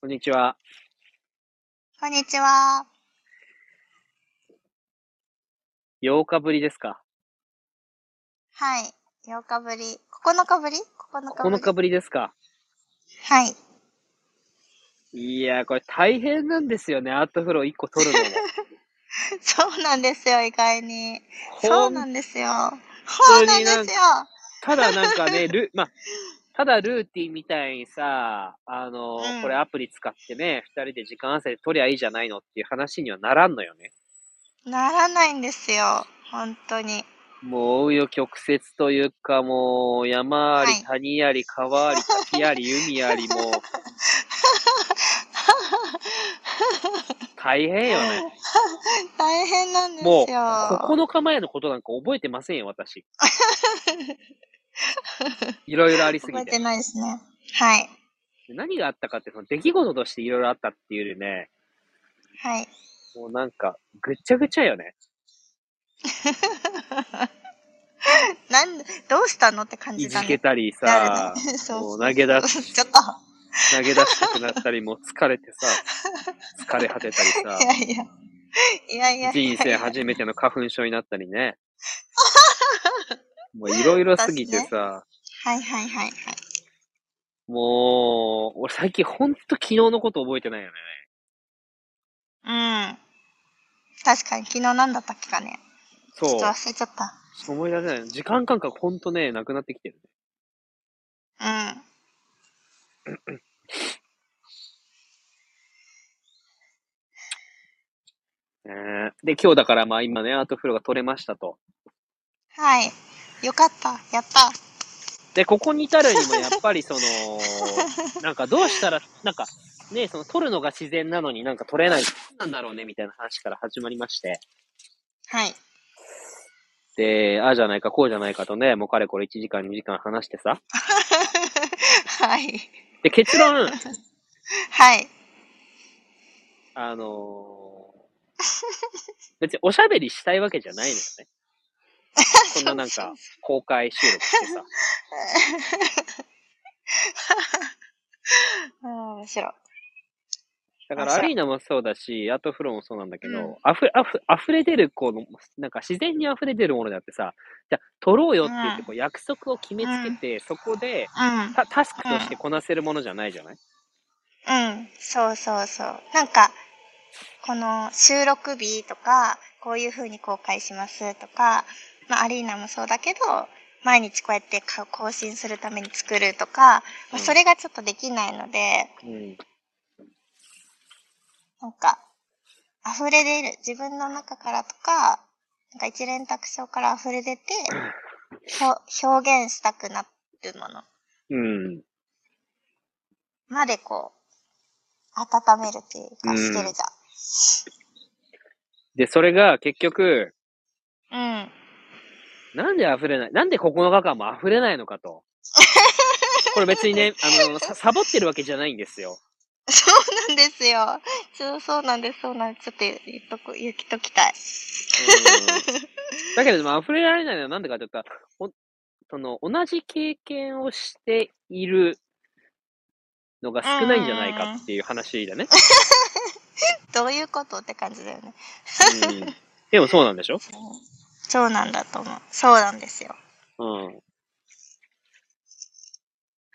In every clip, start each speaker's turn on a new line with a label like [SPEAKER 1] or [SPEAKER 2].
[SPEAKER 1] こんにちは。
[SPEAKER 2] こんにちは。
[SPEAKER 1] 8日ぶりですか
[SPEAKER 2] はい。8日ぶり。9日ぶり ?9 日ぶり。
[SPEAKER 1] ?9 日ぶりですか
[SPEAKER 2] はい。
[SPEAKER 1] いやー、これ大変なんですよね。アートフロー1個取るのも。
[SPEAKER 2] そうなんですよ、意外に。 そう
[SPEAKER 1] ほん
[SPEAKER 2] なんですよ。そ
[SPEAKER 1] 当
[SPEAKER 2] うなん
[SPEAKER 1] に
[SPEAKER 2] で
[SPEAKER 1] なんか
[SPEAKER 2] すよ。
[SPEAKER 1] ただなんかね、ル、まあ、ただルーティンみたいにさ、あのー
[SPEAKER 2] うん
[SPEAKER 1] これアプリ使ってね、2人で時間合わせて取りゃいいじゃないのっていう話にはならんのよね。
[SPEAKER 2] ならないんですよ。本当に。
[SPEAKER 1] もう、紆余曲折というか、もう、山あり
[SPEAKER 2] は、い
[SPEAKER 1] 谷あり、川あり、滝あり、海あり、 もう、大変よね。
[SPEAKER 2] 大変なんですよ。
[SPEAKER 1] もう、9日前のことなんか覚えてませんよ、 私。いろいろありす
[SPEAKER 2] 覚
[SPEAKER 1] ぎ
[SPEAKER 2] え
[SPEAKER 1] て
[SPEAKER 2] て。ないですね。はい。
[SPEAKER 1] 何があったかって、その出来事としていろいろあったっていうよりね、
[SPEAKER 2] はい。
[SPEAKER 1] もうなんか、ぐっちゃぐちゃよね。
[SPEAKER 2] なん、どうしたのって感
[SPEAKER 1] い
[SPEAKER 2] じ
[SPEAKER 1] じ
[SPEAKER 2] だね。
[SPEAKER 1] けたり
[SPEAKER 2] な
[SPEAKER 1] さ
[SPEAKER 2] る、ね。そう
[SPEAKER 1] も
[SPEAKER 2] そうう。
[SPEAKER 1] 投げ出す、
[SPEAKER 2] ちょっと。
[SPEAKER 1] 投げ出したくなったり、もう疲れて さ、疲れ果てたりさ
[SPEAKER 2] い、やいや。いやいやいや
[SPEAKER 1] 人生初めての花粉症になったり ね。もういろいろすぎてさ、
[SPEAKER 2] はいはいはいはい。
[SPEAKER 1] もう、俺最近ほんと昨日のこと覚えてないよね。
[SPEAKER 2] うん。確かに昨日何だったっけかね。ちょ
[SPEAKER 1] そ
[SPEAKER 2] っ
[SPEAKER 1] う
[SPEAKER 2] と。忘れちゃった。
[SPEAKER 1] 思い出せない。時間感覚ほんとね、なくなってきてる。
[SPEAKER 2] うん。
[SPEAKER 1] ねで、今日だからまあ今ね、アートフローが取れましたと。
[SPEAKER 2] はい。よかった。やった。
[SPEAKER 1] で、ここに至るにもやっぱりその、なんかどうしたら、なんかね、その取るのが自然なのになんか取れない、なんだろうねみたいな話から始まりまして。
[SPEAKER 2] はい。
[SPEAKER 1] で、ああじゃないか、こうじゃないかとね、もうかれこれ1時間2時間話してさ。
[SPEAKER 2] はい。
[SPEAKER 1] で、結論、
[SPEAKER 2] はい。
[SPEAKER 1] あのー別におしゃべりしたいわけじゃないのよね。こんななんか公開収録してさ。
[SPEAKER 2] うん、面白い。
[SPEAKER 1] だから
[SPEAKER 2] あ
[SPEAKER 1] ア
[SPEAKER 2] そう
[SPEAKER 1] リーナもそうだし、アートフローもそうなんだけど、
[SPEAKER 2] うん
[SPEAKER 1] あふあふ溢れ出るこの、なんか自然に溢れ出るものであってさ、じゃあ撮ろうよって言って
[SPEAKER 2] うん
[SPEAKER 1] こう約束を決めつけて、そこで
[SPEAKER 2] うん。
[SPEAKER 1] タタスクとしてこなせるものじゃないじゃない、
[SPEAKER 2] うん。そうそうそう。なんか、この収録日とか、こういう風に公開しますとか、まあ、アリーナもそうだけど、毎日こうやってか更新するために作るとか、ま
[SPEAKER 1] う
[SPEAKER 2] あ、
[SPEAKER 1] ん
[SPEAKER 2] それがちょっとできないので、
[SPEAKER 1] うん、
[SPEAKER 2] なんか、溢れ出る、自分の中からとか、なんか一連卓章から溢れ出 て、ひょ表現したくなるもの
[SPEAKER 1] うん。
[SPEAKER 2] までこう、温めるっていう
[SPEAKER 1] う
[SPEAKER 2] か、
[SPEAKER 1] ん
[SPEAKER 2] してるじ
[SPEAKER 1] で、それが結局、
[SPEAKER 2] ゃん。うん。
[SPEAKER 1] なんで溢れない、なんで9日間も溢れないのか と。これ別にね、あの、さサボってるわけじゃないんですよ。
[SPEAKER 2] そうなんですよ。ちょそうなんです、そうなんです。ちょっと言っとく、言っときた
[SPEAKER 1] う
[SPEAKER 2] い。
[SPEAKER 1] んだけれども、溢れられないのはなんでかというと、おその同じ経験をしているのが少ないんじゃないかっていう話だね。
[SPEAKER 2] どういうことって感じだよね。
[SPEAKER 1] うん、でもそうなんでしょ、
[SPEAKER 2] そうなんだと思う。そうなんですよ。
[SPEAKER 1] うん、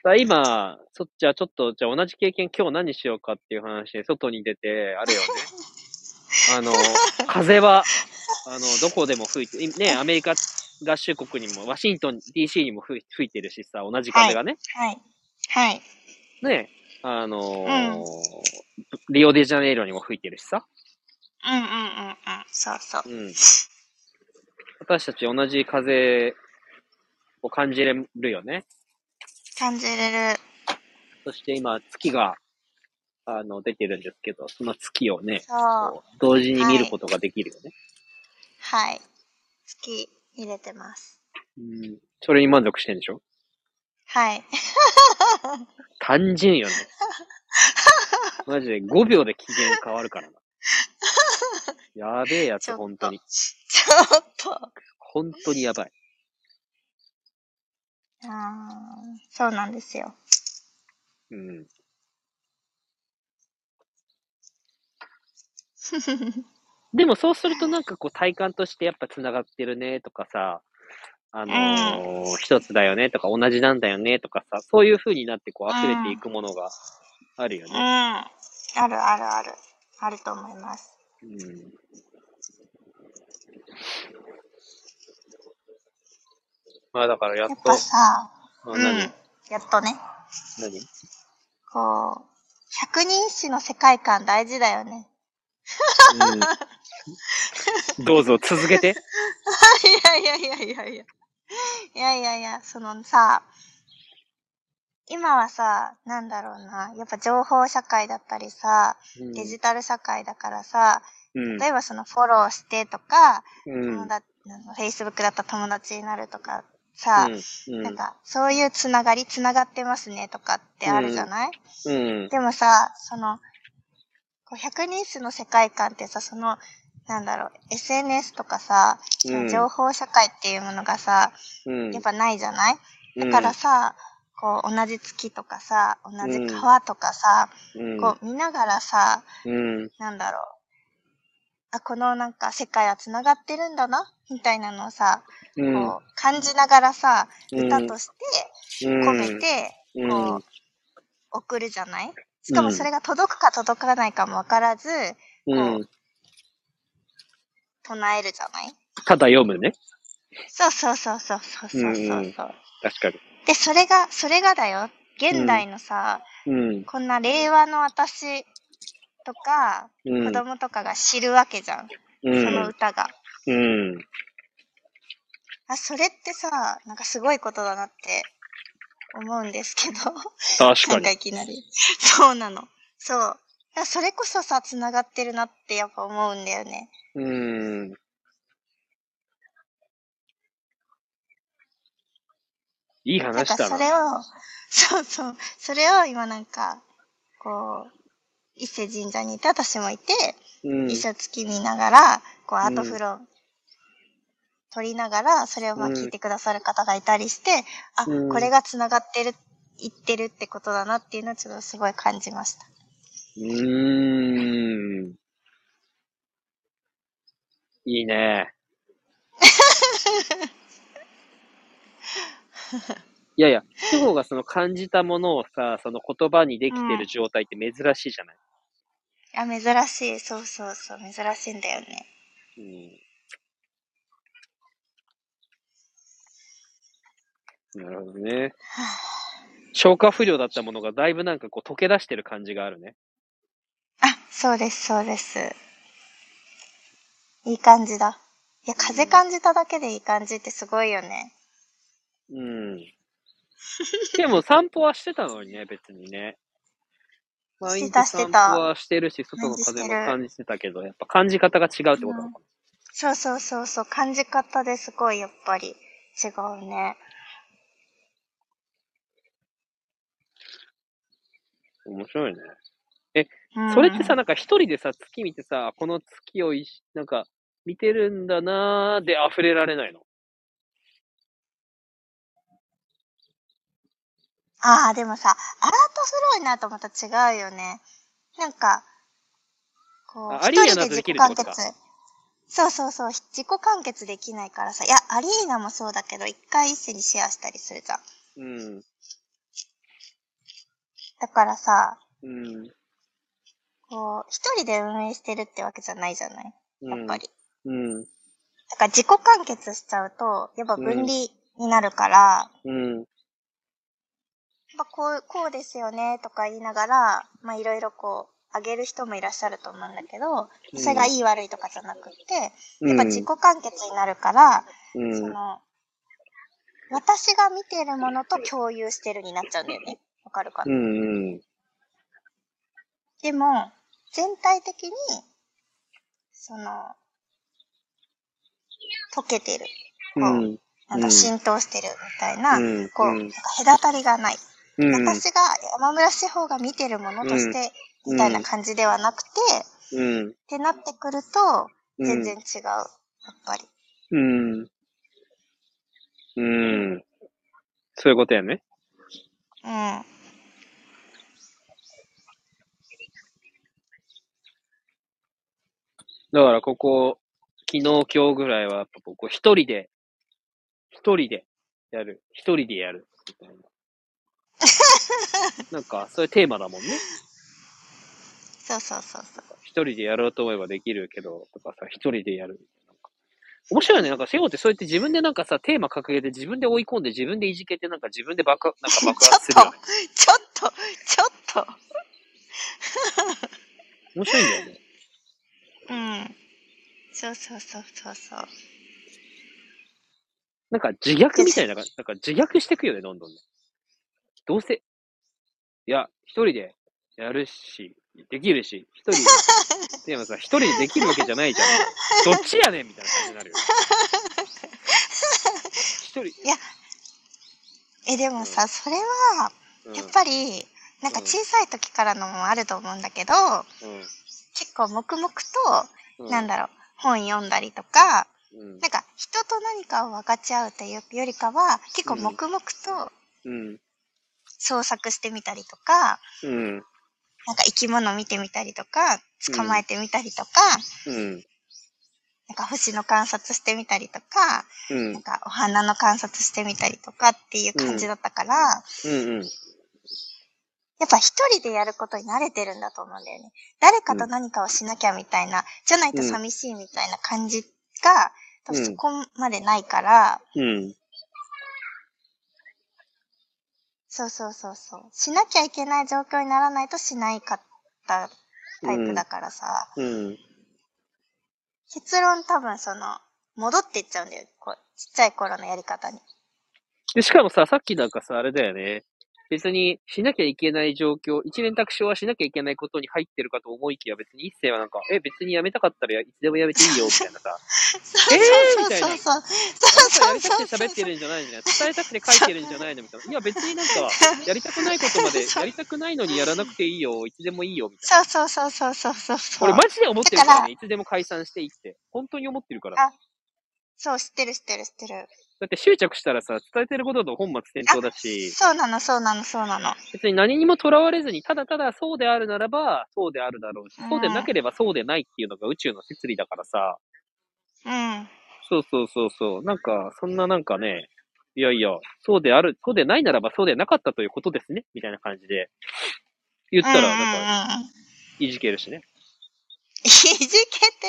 [SPEAKER 1] さあ今、そっちはちょっと、じゃあ同じ経験今日何しようかっていう話で外に出て、あれ よね。あの、風は、あの、どこでも吹いて、いね、アメリカ合衆国にも、ワシントン DC にも吹い吹いてるしさ、同じ風がね。
[SPEAKER 2] はい。はい。
[SPEAKER 1] ね、あのーリオデジャネイロにも吹いてるしさ、
[SPEAKER 2] うんうんうんうん。そうそう。
[SPEAKER 1] うん、私たち同じ風を感じれるよね。
[SPEAKER 2] 感じれる。
[SPEAKER 1] そして今、月があの出てるんですけど、その月をね、
[SPEAKER 2] そう
[SPEAKER 1] こ。う同時に見ることができるよね、
[SPEAKER 2] はい。月入れてます。
[SPEAKER 1] うん。それに満足してんでしょ
[SPEAKER 2] はい。
[SPEAKER 1] 単純よね。マジで5秒で機嫌変わる からな。やべえや
[SPEAKER 2] ち
[SPEAKER 1] つ、
[SPEAKER 2] ょっと
[SPEAKER 1] 本当に。
[SPEAKER 2] ちょっと。
[SPEAKER 1] 本当にやばい。
[SPEAKER 2] あーそうなんですよ。
[SPEAKER 1] うん。でもそうするとなんかこう体感としてやっぱ繋がってるねとかさ、あのー一つだよねとか同じなんだよねとかさ、そういう風になってこう溢れていくものがあるよ
[SPEAKER 2] うん。
[SPEAKER 1] ね。
[SPEAKER 2] あるあるある。あると思います。
[SPEAKER 1] うん。まあだからやっ
[SPEAKER 2] やっ
[SPEAKER 1] と
[SPEAKER 2] ぱ、さ、
[SPEAKER 1] あ
[SPEAKER 2] うん。
[SPEAKER 1] 何
[SPEAKER 2] やっとね。
[SPEAKER 1] 何
[SPEAKER 2] こう、百人一首の世界観大事だよね。
[SPEAKER 1] うんどうぞ続けて。
[SPEAKER 2] いやいやいやいやいや。いやいやいや、そのさ、今はさ、なんだろうな、やっぱ情報社会だったりさ、
[SPEAKER 1] うん
[SPEAKER 2] デジタル社会だからさ、
[SPEAKER 1] うん
[SPEAKER 2] 例えばそのフォローしてとか、
[SPEAKER 1] うん
[SPEAKER 2] 友達、Facebook だったら友達になるとかさ、
[SPEAKER 1] うん
[SPEAKER 2] なんかそういうつながり、つながってますねとかってあるじゃない、
[SPEAKER 1] うん
[SPEAKER 2] でもさ、その、こう百人数の世界観ってさ、その、なんだろう、SNS とかさ、その情報社会っていうものがさ、
[SPEAKER 1] うん
[SPEAKER 2] やっぱないじゃない
[SPEAKER 1] うん
[SPEAKER 2] だからさ、こう、同じ月とかさ、同じ川とかさ、
[SPEAKER 1] うん
[SPEAKER 2] こう、見ながらさ、
[SPEAKER 1] うん
[SPEAKER 2] なんだろう、あ、このなんか世界は繋がってるんだな、みたいなのをさ、
[SPEAKER 1] う
[SPEAKER 2] こ
[SPEAKER 1] ん
[SPEAKER 2] う、感じながらさ、
[SPEAKER 1] うん
[SPEAKER 2] 歌として込めて、
[SPEAKER 1] うん
[SPEAKER 2] こう、送るじゃないしか
[SPEAKER 1] う
[SPEAKER 2] も
[SPEAKER 1] ん
[SPEAKER 2] それが届くか届かないかもわからず、
[SPEAKER 1] うん
[SPEAKER 2] 唱えるじゃない
[SPEAKER 1] ただ読むね。
[SPEAKER 2] そうそうそうそうそうそうそう。う
[SPEAKER 1] うん確か
[SPEAKER 2] で、それが、それがだよ。現代のさ、
[SPEAKER 1] に。うん。
[SPEAKER 2] こんな令和の私とか、
[SPEAKER 1] うん
[SPEAKER 2] 子供とかが知るわけじゃん。
[SPEAKER 1] う
[SPEAKER 2] その
[SPEAKER 1] ん。
[SPEAKER 2] 歌が。
[SPEAKER 1] うん。
[SPEAKER 2] あ、それってさ、なんかすごいことだなって思うんですけど。
[SPEAKER 1] 確か
[SPEAKER 2] なん
[SPEAKER 1] に
[SPEAKER 2] か。いきなり。そうなの。そう。だからそれこそさ、繋がってるなってやっぱ思うんだよね。
[SPEAKER 1] うん。いい
[SPEAKER 2] だ
[SPEAKER 1] 話
[SPEAKER 2] から
[SPEAKER 1] だな。
[SPEAKER 2] それを、そうそう、それを今なんか、こう、伊勢神社にいて、私もいて、
[SPEAKER 1] うん
[SPEAKER 2] 一緒月見ながら、こう、
[SPEAKER 1] ん
[SPEAKER 2] アートフロー、撮りながら、それをまあ
[SPEAKER 1] うん
[SPEAKER 2] 聞いてくださる方がいたりして、あ、
[SPEAKER 1] うん
[SPEAKER 2] これが繋がってる、いってるってことだなっていうのをちょっとすごい感じました。
[SPEAKER 1] うーん。いいね。いやいや、地方がその感じたものをさ、その言葉にできてる状態って珍しいじゃない、
[SPEAKER 2] あ、珍しい。そうそうそう、珍しいんだよね。
[SPEAKER 1] うん、なるほどね。消化不良だったものがだいぶなんかこう溶け出してる感じがあるね。
[SPEAKER 2] あ、そうです、そうです。いい感じだ。いや、風感じただけでいい感じってすごいよね。
[SPEAKER 1] うん。でも散歩はしてたのにね、別にね。毎
[SPEAKER 2] して
[SPEAKER 1] 日
[SPEAKER 2] た
[SPEAKER 1] 散歩はしてるし、外の
[SPEAKER 2] 感じして
[SPEAKER 1] 風
[SPEAKER 2] る
[SPEAKER 1] も感じてたけど、やっぱ感じ方が違うってことなのか
[SPEAKER 2] そうそうそうそう、感じ方ですごいやっぱり違う
[SPEAKER 1] な。
[SPEAKER 2] ね。
[SPEAKER 1] 面白いね。
[SPEAKER 2] うん
[SPEAKER 1] それってさ、、なんか一人でさ、月見てさ、この月をいし、なんか、見てるんだなーで溢れられないの。
[SPEAKER 2] ああ、でもさ、アラートフローになるとまた違うよね。なんか、こう、
[SPEAKER 1] あア
[SPEAKER 2] 一
[SPEAKER 1] リーナ
[SPEAKER 2] 人
[SPEAKER 1] だ
[SPEAKER 2] で
[SPEAKER 1] と
[SPEAKER 2] 自
[SPEAKER 1] できる
[SPEAKER 2] 己
[SPEAKER 1] ってこ
[SPEAKER 2] 完
[SPEAKER 1] とか
[SPEAKER 2] 結。そうそうそう、自己完結できないからさ、いや、アリーナもそうだけど、一回一緒にシェアしたりするじゃん。
[SPEAKER 1] うん。
[SPEAKER 2] だからさ、
[SPEAKER 1] うん。
[SPEAKER 2] こう、一人で運営してるってわけじゃないじゃないやっぱり。
[SPEAKER 1] うん。
[SPEAKER 2] だから自己完結しちゃうと、やっぱ分離になるから、
[SPEAKER 1] うん。
[SPEAKER 2] やっぱこう、こうですよねとか言いながら、まあいろいろこう、あげる人もいらっしゃると思うんだけど、
[SPEAKER 1] うん
[SPEAKER 2] それがいい悪いとかじゃなくって、
[SPEAKER 1] うん。
[SPEAKER 2] やっぱ自己完結になるから、
[SPEAKER 1] うん
[SPEAKER 2] その、私が見てるものと共有してるになっちゃうんだよね。わかるかな、
[SPEAKER 1] うん。うん。
[SPEAKER 2] でも、全体的に、その、溶けてる。
[SPEAKER 1] うん。
[SPEAKER 2] なんか浸透してるみたいな、
[SPEAKER 1] うん
[SPEAKER 2] こう、
[SPEAKER 1] うん
[SPEAKER 2] なんか隔たりがない。
[SPEAKER 1] うん。
[SPEAKER 2] 私が山村志保が見てるものとして、
[SPEAKER 1] うん
[SPEAKER 2] みたいな感じではなくて、
[SPEAKER 1] うん。
[SPEAKER 2] ってなってくると、
[SPEAKER 1] うん
[SPEAKER 2] 全然違う、やっぱり。
[SPEAKER 1] うん。うん。そういうことやね。
[SPEAKER 2] うん。
[SPEAKER 1] だからここ、昨日、今日ぐらいは、やっぱここ一人で、一人でやる。一人でやる。 みたいな。なんか、そういうテーマだもんね。
[SPEAKER 2] そうそうそうそう。
[SPEAKER 1] 一人でやろうと思えばできるけど、とかさ、一人でやる。なんか面白いよね。なんか、セゴってそうやって自分でなんかさ、テーマ掲げて、自分で追い込んで、自分でいじけて、なんか自分で爆、なんか爆発するよね。
[SPEAKER 2] ちょっと、ちょっと。
[SPEAKER 1] 面白いんだよね。
[SPEAKER 2] うん。そうそうそうそうそう。
[SPEAKER 1] なんか自虐みたいな、なんか自虐してくよね、どんどんね。どうせ、いや、一人でやるし、できるし、一 人で、でもさ、一人でできるわけじゃないじゃん。どっちやねんみたいな感じになるよ。一人、
[SPEAKER 2] え、でもさ、それは、
[SPEAKER 1] うん
[SPEAKER 2] やっぱり、なんか小さい時からのもあると思うんだけど、結構黙々
[SPEAKER 1] う
[SPEAKER 2] と、
[SPEAKER 1] ん。
[SPEAKER 2] なんだろう、本読んだりとか、
[SPEAKER 1] うん。
[SPEAKER 2] なんか人と何かを分かち合うというよりかは、結構
[SPEAKER 1] うん
[SPEAKER 2] 黙々と
[SPEAKER 1] うん。
[SPEAKER 2] 創作してみたりとか、
[SPEAKER 1] うん。
[SPEAKER 2] なんか生き物見てみたりとか、捕まえてみたりとか、
[SPEAKER 1] うん。
[SPEAKER 2] なんか星の観察してみたりとか、
[SPEAKER 1] うん。
[SPEAKER 2] なんかお花の観察してみたりとかっていう感じだったから、や
[SPEAKER 1] うん。
[SPEAKER 2] っぱ一人でやることに慣れてるんだと思うんだよね。誰かと何かをしなきゃみたいな、じゃないと寂しいみたいな感じが、
[SPEAKER 1] う
[SPEAKER 2] 多
[SPEAKER 1] ん
[SPEAKER 2] 分そこまでないから、
[SPEAKER 1] うん。
[SPEAKER 2] そうそうそうそう。しなきゃいけない状況にならないとしないかったタイプだからさ、
[SPEAKER 1] うん。
[SPEAKER 2] 結論多分その、戻っていっちゃうんだよ。こうちっちゃい頃のやり方に。
[SPEAKER 1] で、しかもさ、さっきなんかさ、あれだよね。別にしなきゃいけない状況、一連択肢はしなきゃいけないことに入ってるかと思いきや、別に一世はなんか、え、別に辞めたかったらいつでも辞めていいよ、みたいなさ。えーみたいな
[SPEAKER 2] そうそうそう
[SPEAKER 1] や
[SPEAKER 2] そう。
[SPEAKER 1] りたくて
[SPEAKER 2] そうそうそう
[SPEAKER 1] 喋ってるんじゃないのね。伝えたくて書いてるんじゃないのみたいな。いや、別になんか、やりたくないことま で、やりたくないのにやらなくていいよ、いつでもいいよ、みたい
[SPEAKER 2] そうそうそうそうそうそうそ
[SPEAKER 1] な。
[SPEAKER 2] う
[SPEAKER 1] 俺、。マジで思ってるから
[SPEAKER 2] だか
[SPEAKER 1] ね。いつでも解散していいって。本当に思ってるから。
[SPEAKER 2] あそう、知ってる知ってる知ってる。
[SPEAKER 1] だって執着したらさ、伝えてることの本末転倒だし。
[SPEAKER 2] そうなのそうなのそうなの。
[SPEAKER 1] 別に何にもとらわれずに、ただただそうであるならば、そうであるだろうし
[SPEAKER 2] う、ん
[SPEAKER 1] そうでなければそうでないっていうのが宇宙の摂理だからさ、
[SPEAKER 2] うん。
[SPEAKER 1] そうそうそうそう、なんか、そんななんかね、いやいや、そうである、そうでないならばそうでなかったということですね、みたいな感じで、言ったら、なんか、
[SPEAKER 2] うんうんうん、
[SPEAKER 1] いじけるしね。
[SPEAKER 2] いじけ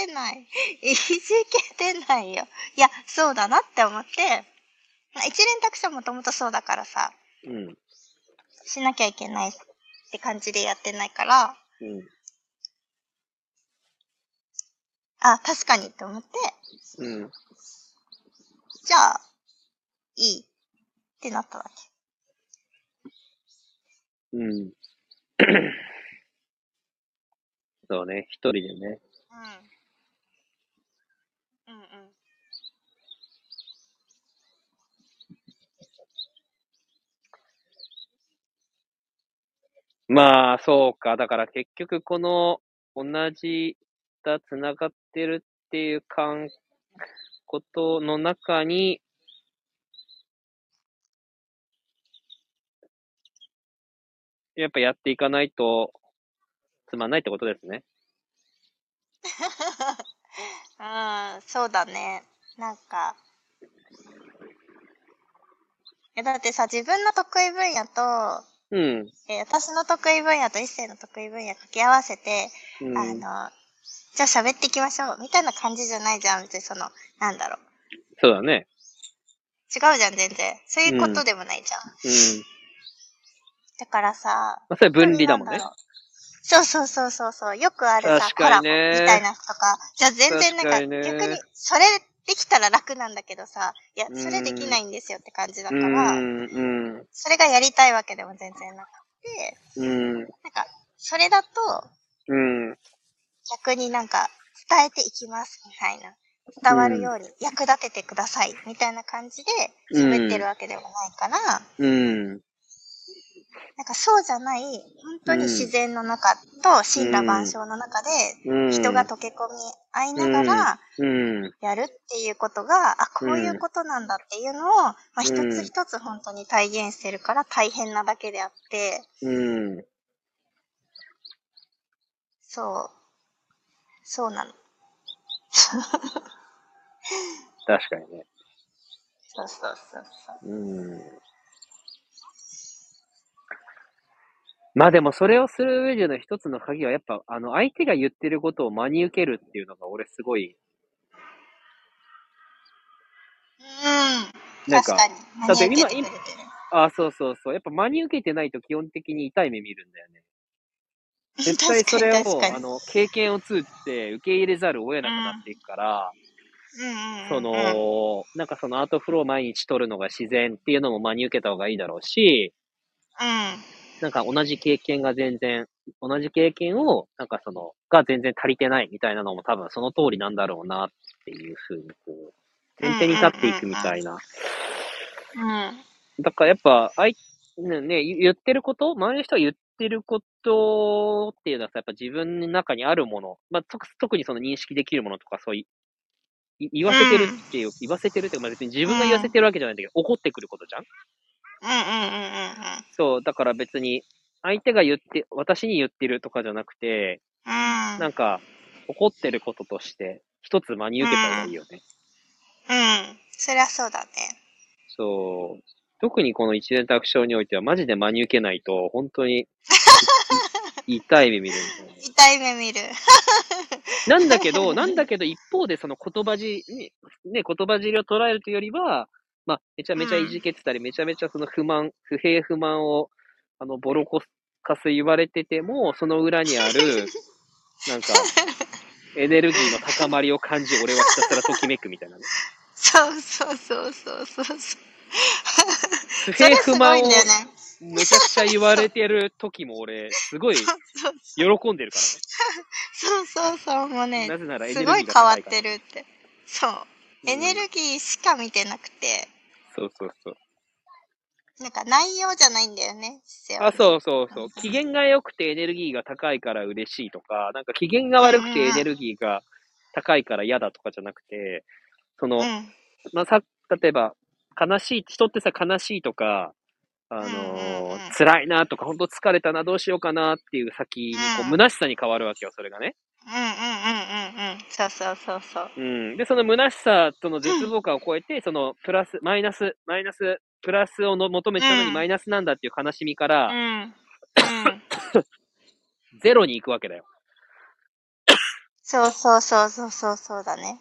[SPEAKER 2] てない。いじけてないよ。いや、そうだなって思って、まあ一連択肢はもともとそうだからさ、
[SPEAKER 1] うん、
[SPEAKER 2] しなきゃいけないって感じでやってないから、
[SPEAKER 1] うん、
[SPEAKER 2] あ、確かにって思って、
[SPEAKER 1] うん。
[SPEAKER 2] じゃあ、いいってなったわけ。
[SPEAKER 1] うん。 そうね、一人でね。
[SPEAKER 2] うん。うんうん。
[SPEAKER 1] まあ、そうか。だから結局、この、同じだ、つながってるっていう感、ことの中に、やっぱやっていかないと、つまんないってことですね。
[SPEAKER 2] うん、そうだね。なんか。えだってさ、自分の得意分野と、
[SPEAKER 1] うん。
[SPEAKER 2] えー私の得意分野と一世の得意分野掛け合わせて、
[SPEAKER 1] うん。
[SPEAKER 2] あの、じゃあ喋っていきましょう、みたいな感じじゃないじゃん。別にその、なんだろう。
[SPEAKER 1] そうだね。
[SPEAKER 2] 違うじゃん、全然。そういうことでもないじゃん。
[SPEAKER 1] うん。
[SPEAKER 2] だからさ、
[SPEAKER 1] まあ、それ分離だもんね
[SPEAKER 2] な。ろう。そうそうそうそうそう。よくあるさ、
[SPEAKER 1] 確
[SPEAKER 2] コラ
[SPEAKER 1] かに
[SPEAKER 2] ボみ
[SPEAKER 1] ね
[SPEAKER 2] たいなのとか。じゃあ全然な
[SPEAKER 1] 確
[SPEAKER 2] ん
[SPEAKER 1] か
[SPEAKER 2] か
[SPEAKER 1] にね
[SPEAKER 2] 逆に、それできたら楽なんだけどさ、いや、それできないんですよって感じだ
[SPEAKER 1] う
[SPEAKER 2] から、
[SPEAKER 1] ん、うん、
[SPEAKER 2] それがやりたいわけでも全然なくて、
[SPEAKER 1] うん、
[SPEAKER 2] なんか、それだと
[SPEAKER 1] うん。
[SPEAKER 2] 逆になんか、伝えていきますみたいな。伝わるように役立ててくださいみたいな感じで喋ってるわけでもないから、
[SPEAKER 1] うん。
[SPEAKER 2] なんかそうじゃない、本当に自然の中と森羅万象の中で
[SPEAKER 1] うん。
[SPEAKER 2] 人が溶け込み合いながら
[SPEAKER 1] うん。
[SPEAKER 2] やるっていうことが、あ、こういうことなんだっていうのを、まあ、一
[SPEAKER 1] うん
[SPEAKER 2] つ一つ本当に体現してるから大変なだけであって、
[SPEAKER 1] うん。
[SPEAKER 2] そう、そうなの。
[SPEAKER 1] 確かにね。
[SPEAKER 2] そうそうそうそう。
[SPEAKER 1] うん。まあでもそれをする上での一つの鍵はやっぱあの相手が言ってることを真に受けるっていうのが俺すごい
[SPEAKER 2] うん。
[SPEAKER 1] なんか
[SPEAKER 2] 確かに。
[SPEAKER 1] だって今
[SPEAKER 2] 真に受けてくれてる
[SPEAKER 1] ああそうそうそうやっぱ真に受けてないと基本的に痛い目見るんだ よね絶対それ
[SPEAKER 2] 確
[SPEAKER 1] を
[SPEAKER 2] かに
[SPEAKER 1] あの経験を通じて受け入れざるを得なくなっていくから、そ
[SPEAKER 2] 確かにうんうんうんうん
[SPEAKER 1] のなんかそのアートフローを毎日取るのが自然っていうのも真に受けた方がいいだろうし
[SPEAKER 2] うん。
[SPEAKER 1] なんか同じ経験が全然、同じ経験を、なんかその、が全然足りてないみたいなのも多分その通りなんだろうなっていうふうにこう、前提に立っていくみたいな。
[SPEAKER 2] うん。
[SPEAKER 1] だからやっぱ、あい、ね、ね言言ってること周りの人が言ってることっていうのはさ、やっぱ自分の中にあるもの、まあ、特特にその認識できるものとか、そうい、い言わせてるっていう、言わせてるっていうか、まあ、別に自分が言わせてるわけじゃないんだけど、怒ってくることじゃん
[SPEAKER 2] うんうんうんうんうん。
[SPEAKER 1] そう、だから別に、相手が言って、私に言ってるとかじゃなくて、
[SPEAKER 2] うん。
[SPEAKER 1] なんか、怒ってることとして、一つ真に受けた方がいいよね。
[SPEAKER 2] うん。そりゃそうだね。
[SPEAKER 1] そう。特にこの一連卓上においては、マジで真に受けないと、本当に、い痛い目見るんだよね。
[SPEAKER 2] 痛い目見る。
[SPEAKER 1] なんだけど、なんだけど、一方でその言葉尻に、ね、言葉尻を捉えるというよりは、まあ、めちゃめちゃいじけてたり、めちゃめちゃその不満、不平不満を、あの、ボロコカス言われてても、その裏にある、なんか、エネルギーの高まりを感じ、俺はひたすらときめくみたいなね。
[SPEAKER 2] そうそうそうそうそうそう。
[SPEAKER 1] 不
[SPEAKER 2] それ
[SPEAKER 1] 平
[SPEAKER 2] す
[SPEAKER 1] 不
[SPEAKER 2] ご
[SPEAKER 1] 満
[SPEAKER 2] い
[SPEAKER 1] を
[SPEAKER 2] んだよね。
[SPEAKER 1] めちゃくちゃ言われてる時も俺、すごい喜
[SPEAKER 2] そうん
[SPEAKER 1] でるか
[SPEAKER 2] そうそうそう。もう
[SPEAKER 1] らね。
[SPEAKER 2] ね
[SPEAKER 1] な、ぜならエネ
[SPEAKER 2] す
[SPEAKER 1] ルギーが高
[SPEAKER 2] ごい
[SPEAKER 1] い
[SPEAKER 2] 変
[SPEAKER 1] から
[SPEAKER 2] わってるって。そう。 エネ
[SPEAKER 1] うん
[SPEAKER 2] ルギーしか見てなくて、
[SPEAKER 1] そうそうそう。
[SPEAKER 2] なんか内容じゃないんだよね。姿勢は
[SPEAKER 1] あ、そうそうそう。機嫌が良くてエネルギーが高いから嬉しいとか、なんか機嫌が悪くてエネルギーが高いから嫌だとかじゃなくて、その、
[SPEAKER 2] うん。
[SPEAKER 1] まあ、さ、例えば、悲しい、人ってさ、悲しいとか、あ
[SPEAKER 2] うんうんう
[SPEAKER 1] の
[SPEAKER 2] ん
[SPEAKER 1] ー辛いなとか、本当疲れたな、どうしようかなっていう先に、こ
[SPEAKER 2] うん
[SPEAKER 1] う、虚しさに変わるわけよ、それがね。
[SPEAKER 2] うんうんうんうんうん。そうそうそうそう。
[SPEAKER 1] うん。で、その虚しさとの絶望感を超えて、その、プラス、マイナス、マイナス、プラスをの求めてたの
[SPEAKER 2] う
[SPEAKER 1] に
[SPEAKER 2] ん
[SPEAKER 1] マイナスなんだっていう悲しみから、
[SPEAKER 2] うん。うん。
[SPEAKER 1] ゼロに行くわけだよ。
[SPEAKER 2] そうそうそうそうそうそうだね。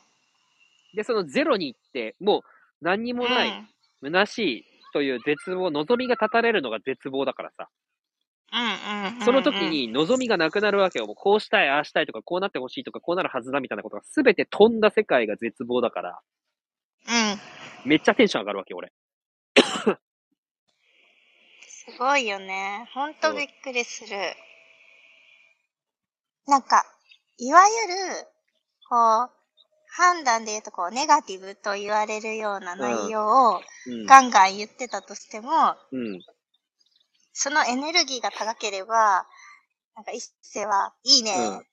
[SPEAKER 1] で、そのゼロに行って、もう何にもない、
[SPEAKER 2] うん
[SPEAKER 1] 虚しいという絶望、望みが絶たれるのが絶望だからさ。
[SPEAKER 2] うんうんうんうん
[SPEAKER 1] その時。に望みがなくなるわけよ。もうこうしたい、ああしたいとか、こうなってほしいとか、こうなるはずだみたいなことが全て飛んだ世界が絶望だから、
[SPEAKER 2] うん。
[SPEAKER 1] めっちゃテンション上がるわけよ、俺。
[SPEAKER 2] すごいよね。ほん
[SPEAKER 1] そ
[SPEAKER 2] と
[SPEAKER 1] う
[SPEAKER 2] びっくりする。なんか、いわゆる、こう、判断で言うとこう、ネガティブと言われるような内容をガンガン言ってたとしても、
[SPEAKER 1] うん。うん。
[SPEAKER 2] そのエネルギーが高ければ、なんか一世は、いいね、
[SPEAKER 1] うん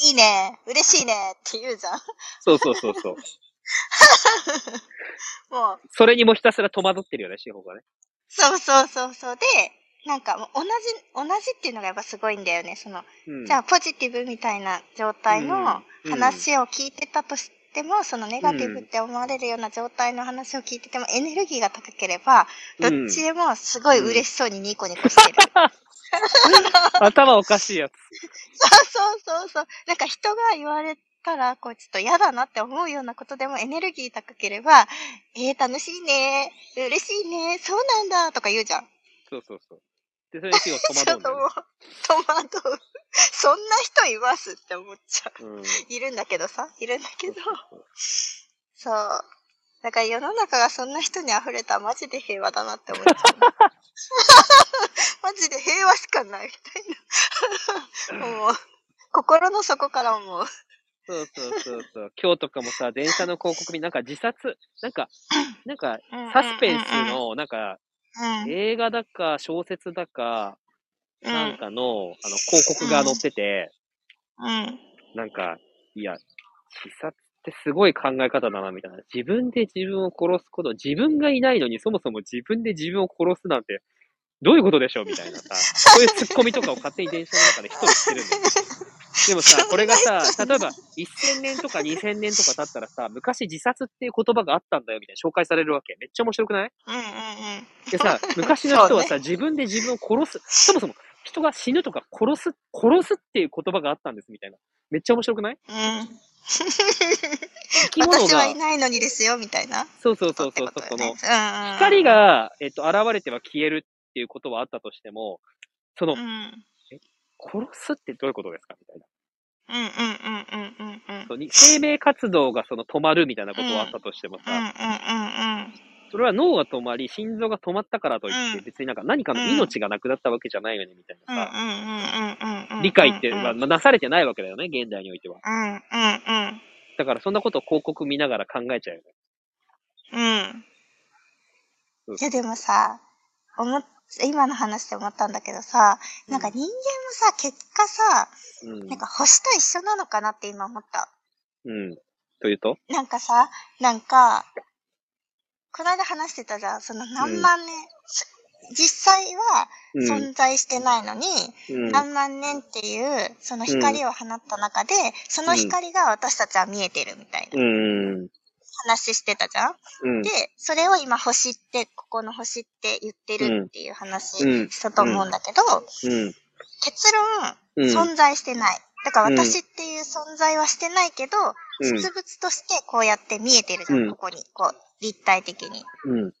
[SPEAKER 2] いいね、嬉しいねって言うじゃん。
[SPEAKER 1] そうそうそうそう。
[SPEAKER 2] もう、
[SPEAKER 1] それにもひたすら戸惑ってるよね、志保がね。
[SPEAKER 2] そうそうそうそう。で、なんかもう同じ、同じっていうのがやっぱすごいんだよね。その、
[SPEAKER 1] うん。
[SPEAKER 2] じゃあポジティブみたいな状態の
[SPEAKER 1] うん
[SPEAKER 2] 話を聞いてたとしても、そのネガティブって思われるような状態の話を聞いてても、エネルギーが高ければ、どっちでもすごい嬉しそうにニコニ コしてる。
[SPEAKER 1] 頭おかしいやつ。
[SPEAKER 2] そうそうそう。なんか人が言われたら、こうちょっと嫌だなって思うようなことでもエネルギー高ければ、えー、楽しいね嬉しいねそうなんだとか言うじゃん。
[SPEAKER 1] そうそうそう。で、それに志保戸惑う
[SPEAKER 2] ちょっ
[SPEAKER 1] んだ
[SPEAKER 2] と
[SPEAKER 1] よ
[SPEAKER 2] もう、戸惑う。そんな人いますって思っ ちゃう。
[SPEAKER 1] ね。うん。
[SPEAKER 2] いるんだけどさ、いるんだけど。
[SPEAKER 1] そう
[SPEAKER 2] そう。だから世の中がそんな人に溢れたらマジで平和だなって思っちゃう。マジで平和しかないみたいな。もう、心の底から思う。
[SPEAKER 1] そうそうそうそう。今日とかもさ、電車の広告になんか自殺、なんか、なんか、サスペンスの、なんか、
[SPEAKER 2] うん、
[SPEAKER 1] 映画だか、小説だか、
[SPEAKER 2] うん
[SPEAKER 1] なんかの、あの、広告が載ってて、
[SPEAKER 2] うん。
[SPEAKER 1] なんか、いや、自殺ってすごい考え方だな、みたいな。自分で自分を殺すこと、自分がいないのに、そもそも自分で自分を殺すなんて、 どういうことでしょうみたいなさ、そういうツッコミとかを勝手に電車の中で一人してるんだよ。でもさ
[SPEAKER 2] そん、な
[SPEAKER 1] これがさ、例えば1000年とか2000年とか経ったらさ、昔自殺っていう言葉があったんだよみたいな紹介されるわけ。めっちゃ面白くない
[SPEAKER 2] うんうん
[SPEAKER 1] で さ、昔の人は
[SPEAKER 2] そ
[SPEAKER 1] さ、自分で自分を殺す。そもそも人が死ぬとか殺す、殺すっていう言葉があったんですみたいな。めっちゃ面白くない
[SPEAKER 2] うん。うん。
[SPEAKER 1] 生き物
[SPEAKER 2] 私は
[SPEAKER 1] が
[SPEAKER 2] い、ないのにですよ、みたいな。
[SPEAKER 1] そうそうそう
[SPEAKER 2] って
[SPEAKER 1] そう
[SPEAKER 2] こ、と
[SPEAKER 1] そ
[SPEAKER 2] だよ
[SPEAKER 1] の
[SPEAKER 2] ね、うんうん、
[SPEAKER 1] 光、が、えっと、現れては消えるっていうことはあったとしても、その
[SPEAKER 2] うん、う、ん
[SPEAKER 1] 殺すってどういうことですかみたいな。
[SPEAKER 2] うんうんうんうんうん。
[SPEAKER 1] そうに生命活動がその止まるみたいなことはあったとしても
[SPEAKER 2] うんうん
[SPEAKER 1] さ、
[SPEAKER 2] うんうん。
[SPEAKER 1] それは脳が止まり、心臓が止まったからといっ
[SPEAKER 2] う
[SPEAKER 1] て、
[SPEAKER 2] ん
[SPEAKER 1] 別になんか何かの命がなくなったわけじゃないよね、みたい
[SPEAKER 2] うん
[SPEAKER 1] なさ、
[SPEAKER 2] うんうんうんうんうん。
[SPEAKER 1] 理解って、
[SPEAKER 2] うんうん
[SPEAKER 1] まあ、まあなされてないわけだよね、現代においては。
[SPEAKER 2] うんうん
[SPEAKER 1] だからそんなことを広告見ながら考えちゃうよね。
[SPEAKER 2] うん。
[SPEAKER 1] う
[SPEAKER 2] うんん。いやでもさ、思っ今の話で思ったんだけどさ、なんか人間もさ、結果さ、
[SPEAKER 1] うん
[SPEAKER 2] なんか星と一緒なのかなって今思った。
[SPEAKER 1] うん。というと
[SPEAKER 2] なんかさ、なんか、この間話してたじゃん、その何万年、実際は
[SPEAKER 1] うん。
[SPEAKER 2] 存在してないのに、
[SPEAKER 1] うん。
[SPEAKER 2] 何万年っていう、その光を放った中で、その光が私たちは見えてるみたいな
[SPEAKER 1] うん。
[SPEAKER 2] 話してたじゃん、
[SPEAKER 1] うん
[SPEAKER 2] で。、それを今星って、ここの星って言ってるっていう話
[SPEAKER 1] うん
[SPEAKER 2] したと思うんだけど、
[SPEAKER 1] うん。
[SPEAKER 2] 結論、
[SPEAKER 1] うん。
[SPEAKER 2] 存在してない。だから
[SPEAKER 1] うん
[SPEAKER 2] 私っていう存在はしてないけど、
[SPEAKER 1] うん
[SPEAKER 2] 実物としてこうやって見えてるじゃん、
[SPEAKER 1] うん
[SPEAKER 2] ここに。こう、立体的に。
[SPEAKER 1] うん。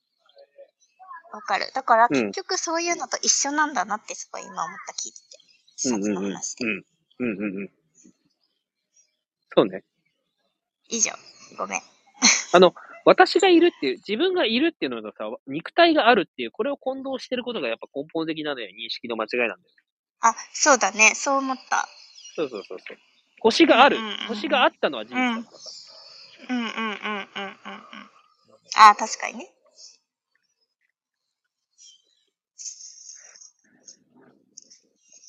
[SPEAKER 2] わかる。だから
[SPEAKER 1] うん
[SPEAKER 2] 結局そういうのと一緒なんだなってすごい今思った聞いてて。
[SPEAKER 1] う
[SPEAKER 2] さっ
[SPEAKER 1] ん
[SPEAKER 2] きの
[SPEAKER 1] うんうん。うん
[SPEAKER 2] 話で。
[SPEAKER 1] うんうんうん。そうね。
[SPEAKER 2] 以上。ごめん。
[SPEAKER 1] あの、私がいるっていう、自分がいるっていうのとさ、肉体があるっていう、これを混同してることがやっぱ根本的なね、認識の間違いなんだよ。
[SPEAKER 2] あ、そうだね。そう思った。
[SPEAKER 1] そうそうそうそう。星がある
[SPEAKER 2] うんうんうん。
[SPEAKER 1] 星があったのは事実だからさ。
[SPEAKER 2] うんうんうんうんうんうん。あ、確かにね。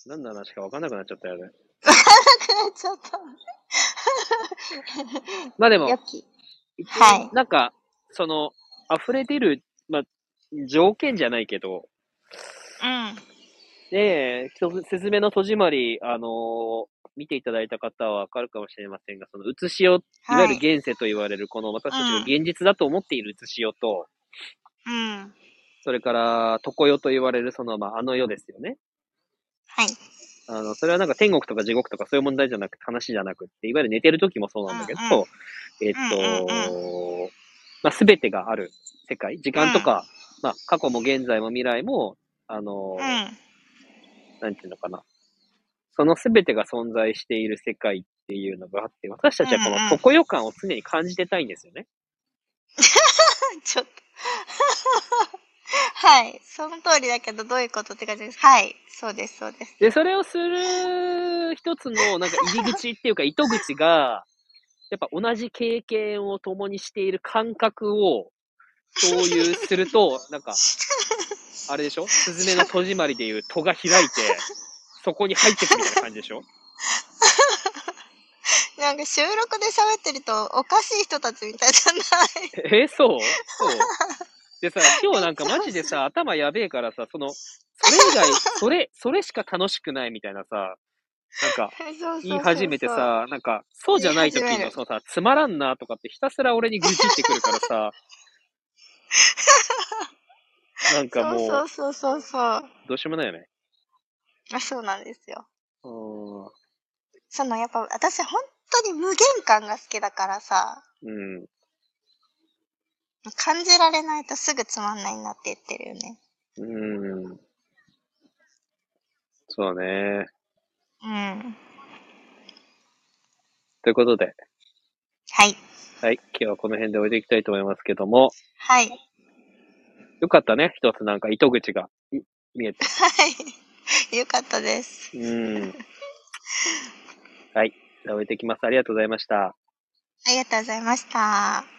[SPEAKER 1] 何の話か分かんなくなっちゃったよね。
[SPEAKER 2] なくなっちゃった。
[SPEAKER 1] まあでも
[SPEAKER 2] よ、き。はい
[SPEAKER 1] なんか、その、溢れてる、まあ、条件じゃないけど、
[SPEAKER 2] うん。
[SPEAKER 1] ねえ、一つすずめの戸締まり、あのー見ていただいた方はわかるかもしれませんが、その、写しを、いわ
[SPEAKER 2] は
[SPEAKER 1] ゆる
[SPEAKER 2] い。
[SPEAKER 1] 現世と言われる、この私たちが現実だと思っている写しをと、
[SPEAKER 2] うん。
[SPEAKER 1] それから、常世と言われる、その、まあ、あの世ですよね。
[SPEAKER 2] はい。
[SPEAKER 1] あの、それはなんか天国とか地獄とかそういう問題じゃなくて、話じゃなくって、いわゆる寝てる時もそうなんだけど、
[SPEAKER 2] うんうん
[SPEAKER 1] えっと、
[SPEAKER 2] う
[SPEAKER 1] まあ、すべてがある世界、時間とか、まあ、過去も現在も未来も、あの、
[SPEAKER 2] うん。
[SPEAKER 1] なんていうのかな。そのすべてが存在している世界っていうのがあって、私たちはこ
[SPEAKER 2] うんう
[SPEAKER 1] の
[SPEAKER 2] ん
[SPEAKER 1] 常世感を常に感じてたいんですよね。
[SPEAKER 2] ちょっと。はい。その通りだけど、どういうことって感じです。はい。そうです、そうです。
[SPEAKER 1] で、それをする一つの、なんか入り口っていうか、糸口が、やっぱ同じ経験を共にしている感覚を共有すると、なんか、あれでしょスズメの戸締まりでいう戸が開いて、そこに入ってくみたいな感じでしょ
[SPEAKER 2] なんか収録で喋ってると、おかしい人たちみたいじゃない
[SPEAKER 1] えーそうそう。でさ、今日なんかマジでさ、頭やべえからさ、その、それ以外、それ、それしか楽しくないみたいなさ、なんか、
[SPEAKER 2] そうそうそうそう
[SPEAKER 1] 言い始めて。さ、なんか、そうじゃない時
[SPEAKER 2] 言い始め
[SPEAKER 1] の
[SPEAKER 2] る
[SPEAKER 1] そのさ、つまらんなとかってひたすら俺に愚痴ってくるから さ、なんかも、
[SPEAKER 2] そうそううそうそうそう。あ、
[SPEAKER 1] どうしようもないよね。
[SPEAKER 2] そうなんですよ。
[SPEAKER 1] うー
[SPEAKER 2] そのやっぱ私本当に無限感が好きだからさ、
[SPEAKER 1] ん。うん。
[SPEAKER 2] 感じられないとすぐつまんないなって言ってるよね。
[SPEAKER 1] うん。そうだね。
[SPEAKER 2] うん。は
[SPEAKER 1] ということで、
[SPEAKER 2] い。
[SPEAKER 1] はい、今日はこの辺で終えていきたいと思いますけども、
[SPEAKER 2] はい。
[SPEAKER 1] よかったね、一つなんか糸口がい見えて。
[SPEAKER 2] はい。よかったです。
[SPEAKER 1] うん。はい、じゃあ終えていきます。ありがとうございました。
[SPEAKER 2] ありがとうございました。